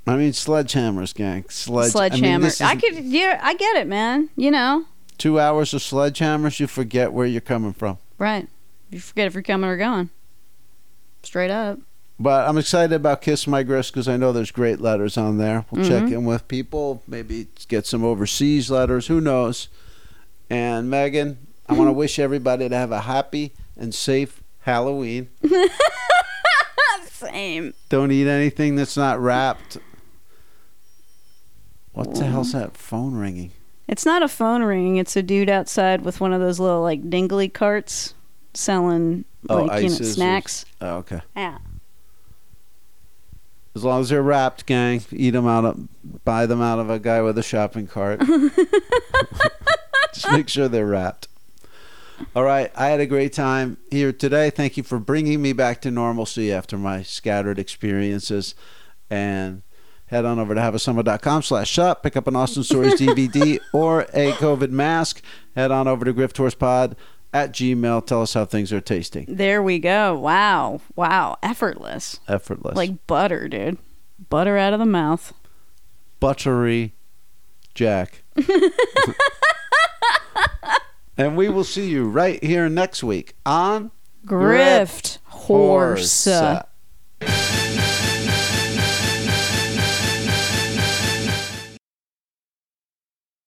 S1: I mean, sledgehammers, gang. Sledge, I, mean,
S2: Sledgehammer.
S1: this is
S2: I, could. Yeah, I get it, man. You know,
S1: two hours of sledgehammers. You forget where you're coming from.
S2: right? You forget if you're coming or going. Straight up.
S1: But I'm excited about Kiss My Grist because I know there's great letters on there. We'll check in with people, maybe get some overseas letters. Who knows? And Megan, I want to wish everybody to have a happy and safe Halloween.
S2: Same.
S1: Don't eat anything that's not wrapped. What the hell's that phone ringing?
S2: It's not a phone ringing. It's a dude outside with one of those little like dingly carts selling
S1: Oh,
S2: like you know,
S1: ices or-
S2: snacks. Ah,
S1: Oh, okay.
S2: Yeah.
S1: As long as they're wrapped, gang, eat them out of, buy them out of a guy with a shopping cart. Just make sure they're wrapped. All right, I had a great time here today. Thank you for bringing me back to normalcy after my scattered experiences. And head on over to haveasummer.com slash shop, pick up an Austin Stories DVD or a COVID mask. Head on over to Grift Horse Pod at Gmail. Tell us how things are tasting.
S2: There we go. Wow. Wow. Effortless.
S1: Effortless.
S2: Like butter, dude. Butter out of the mouth.
S1: buttery Jack. and we will see you right here next week on
S2: Grift, horse.
S1: Horse.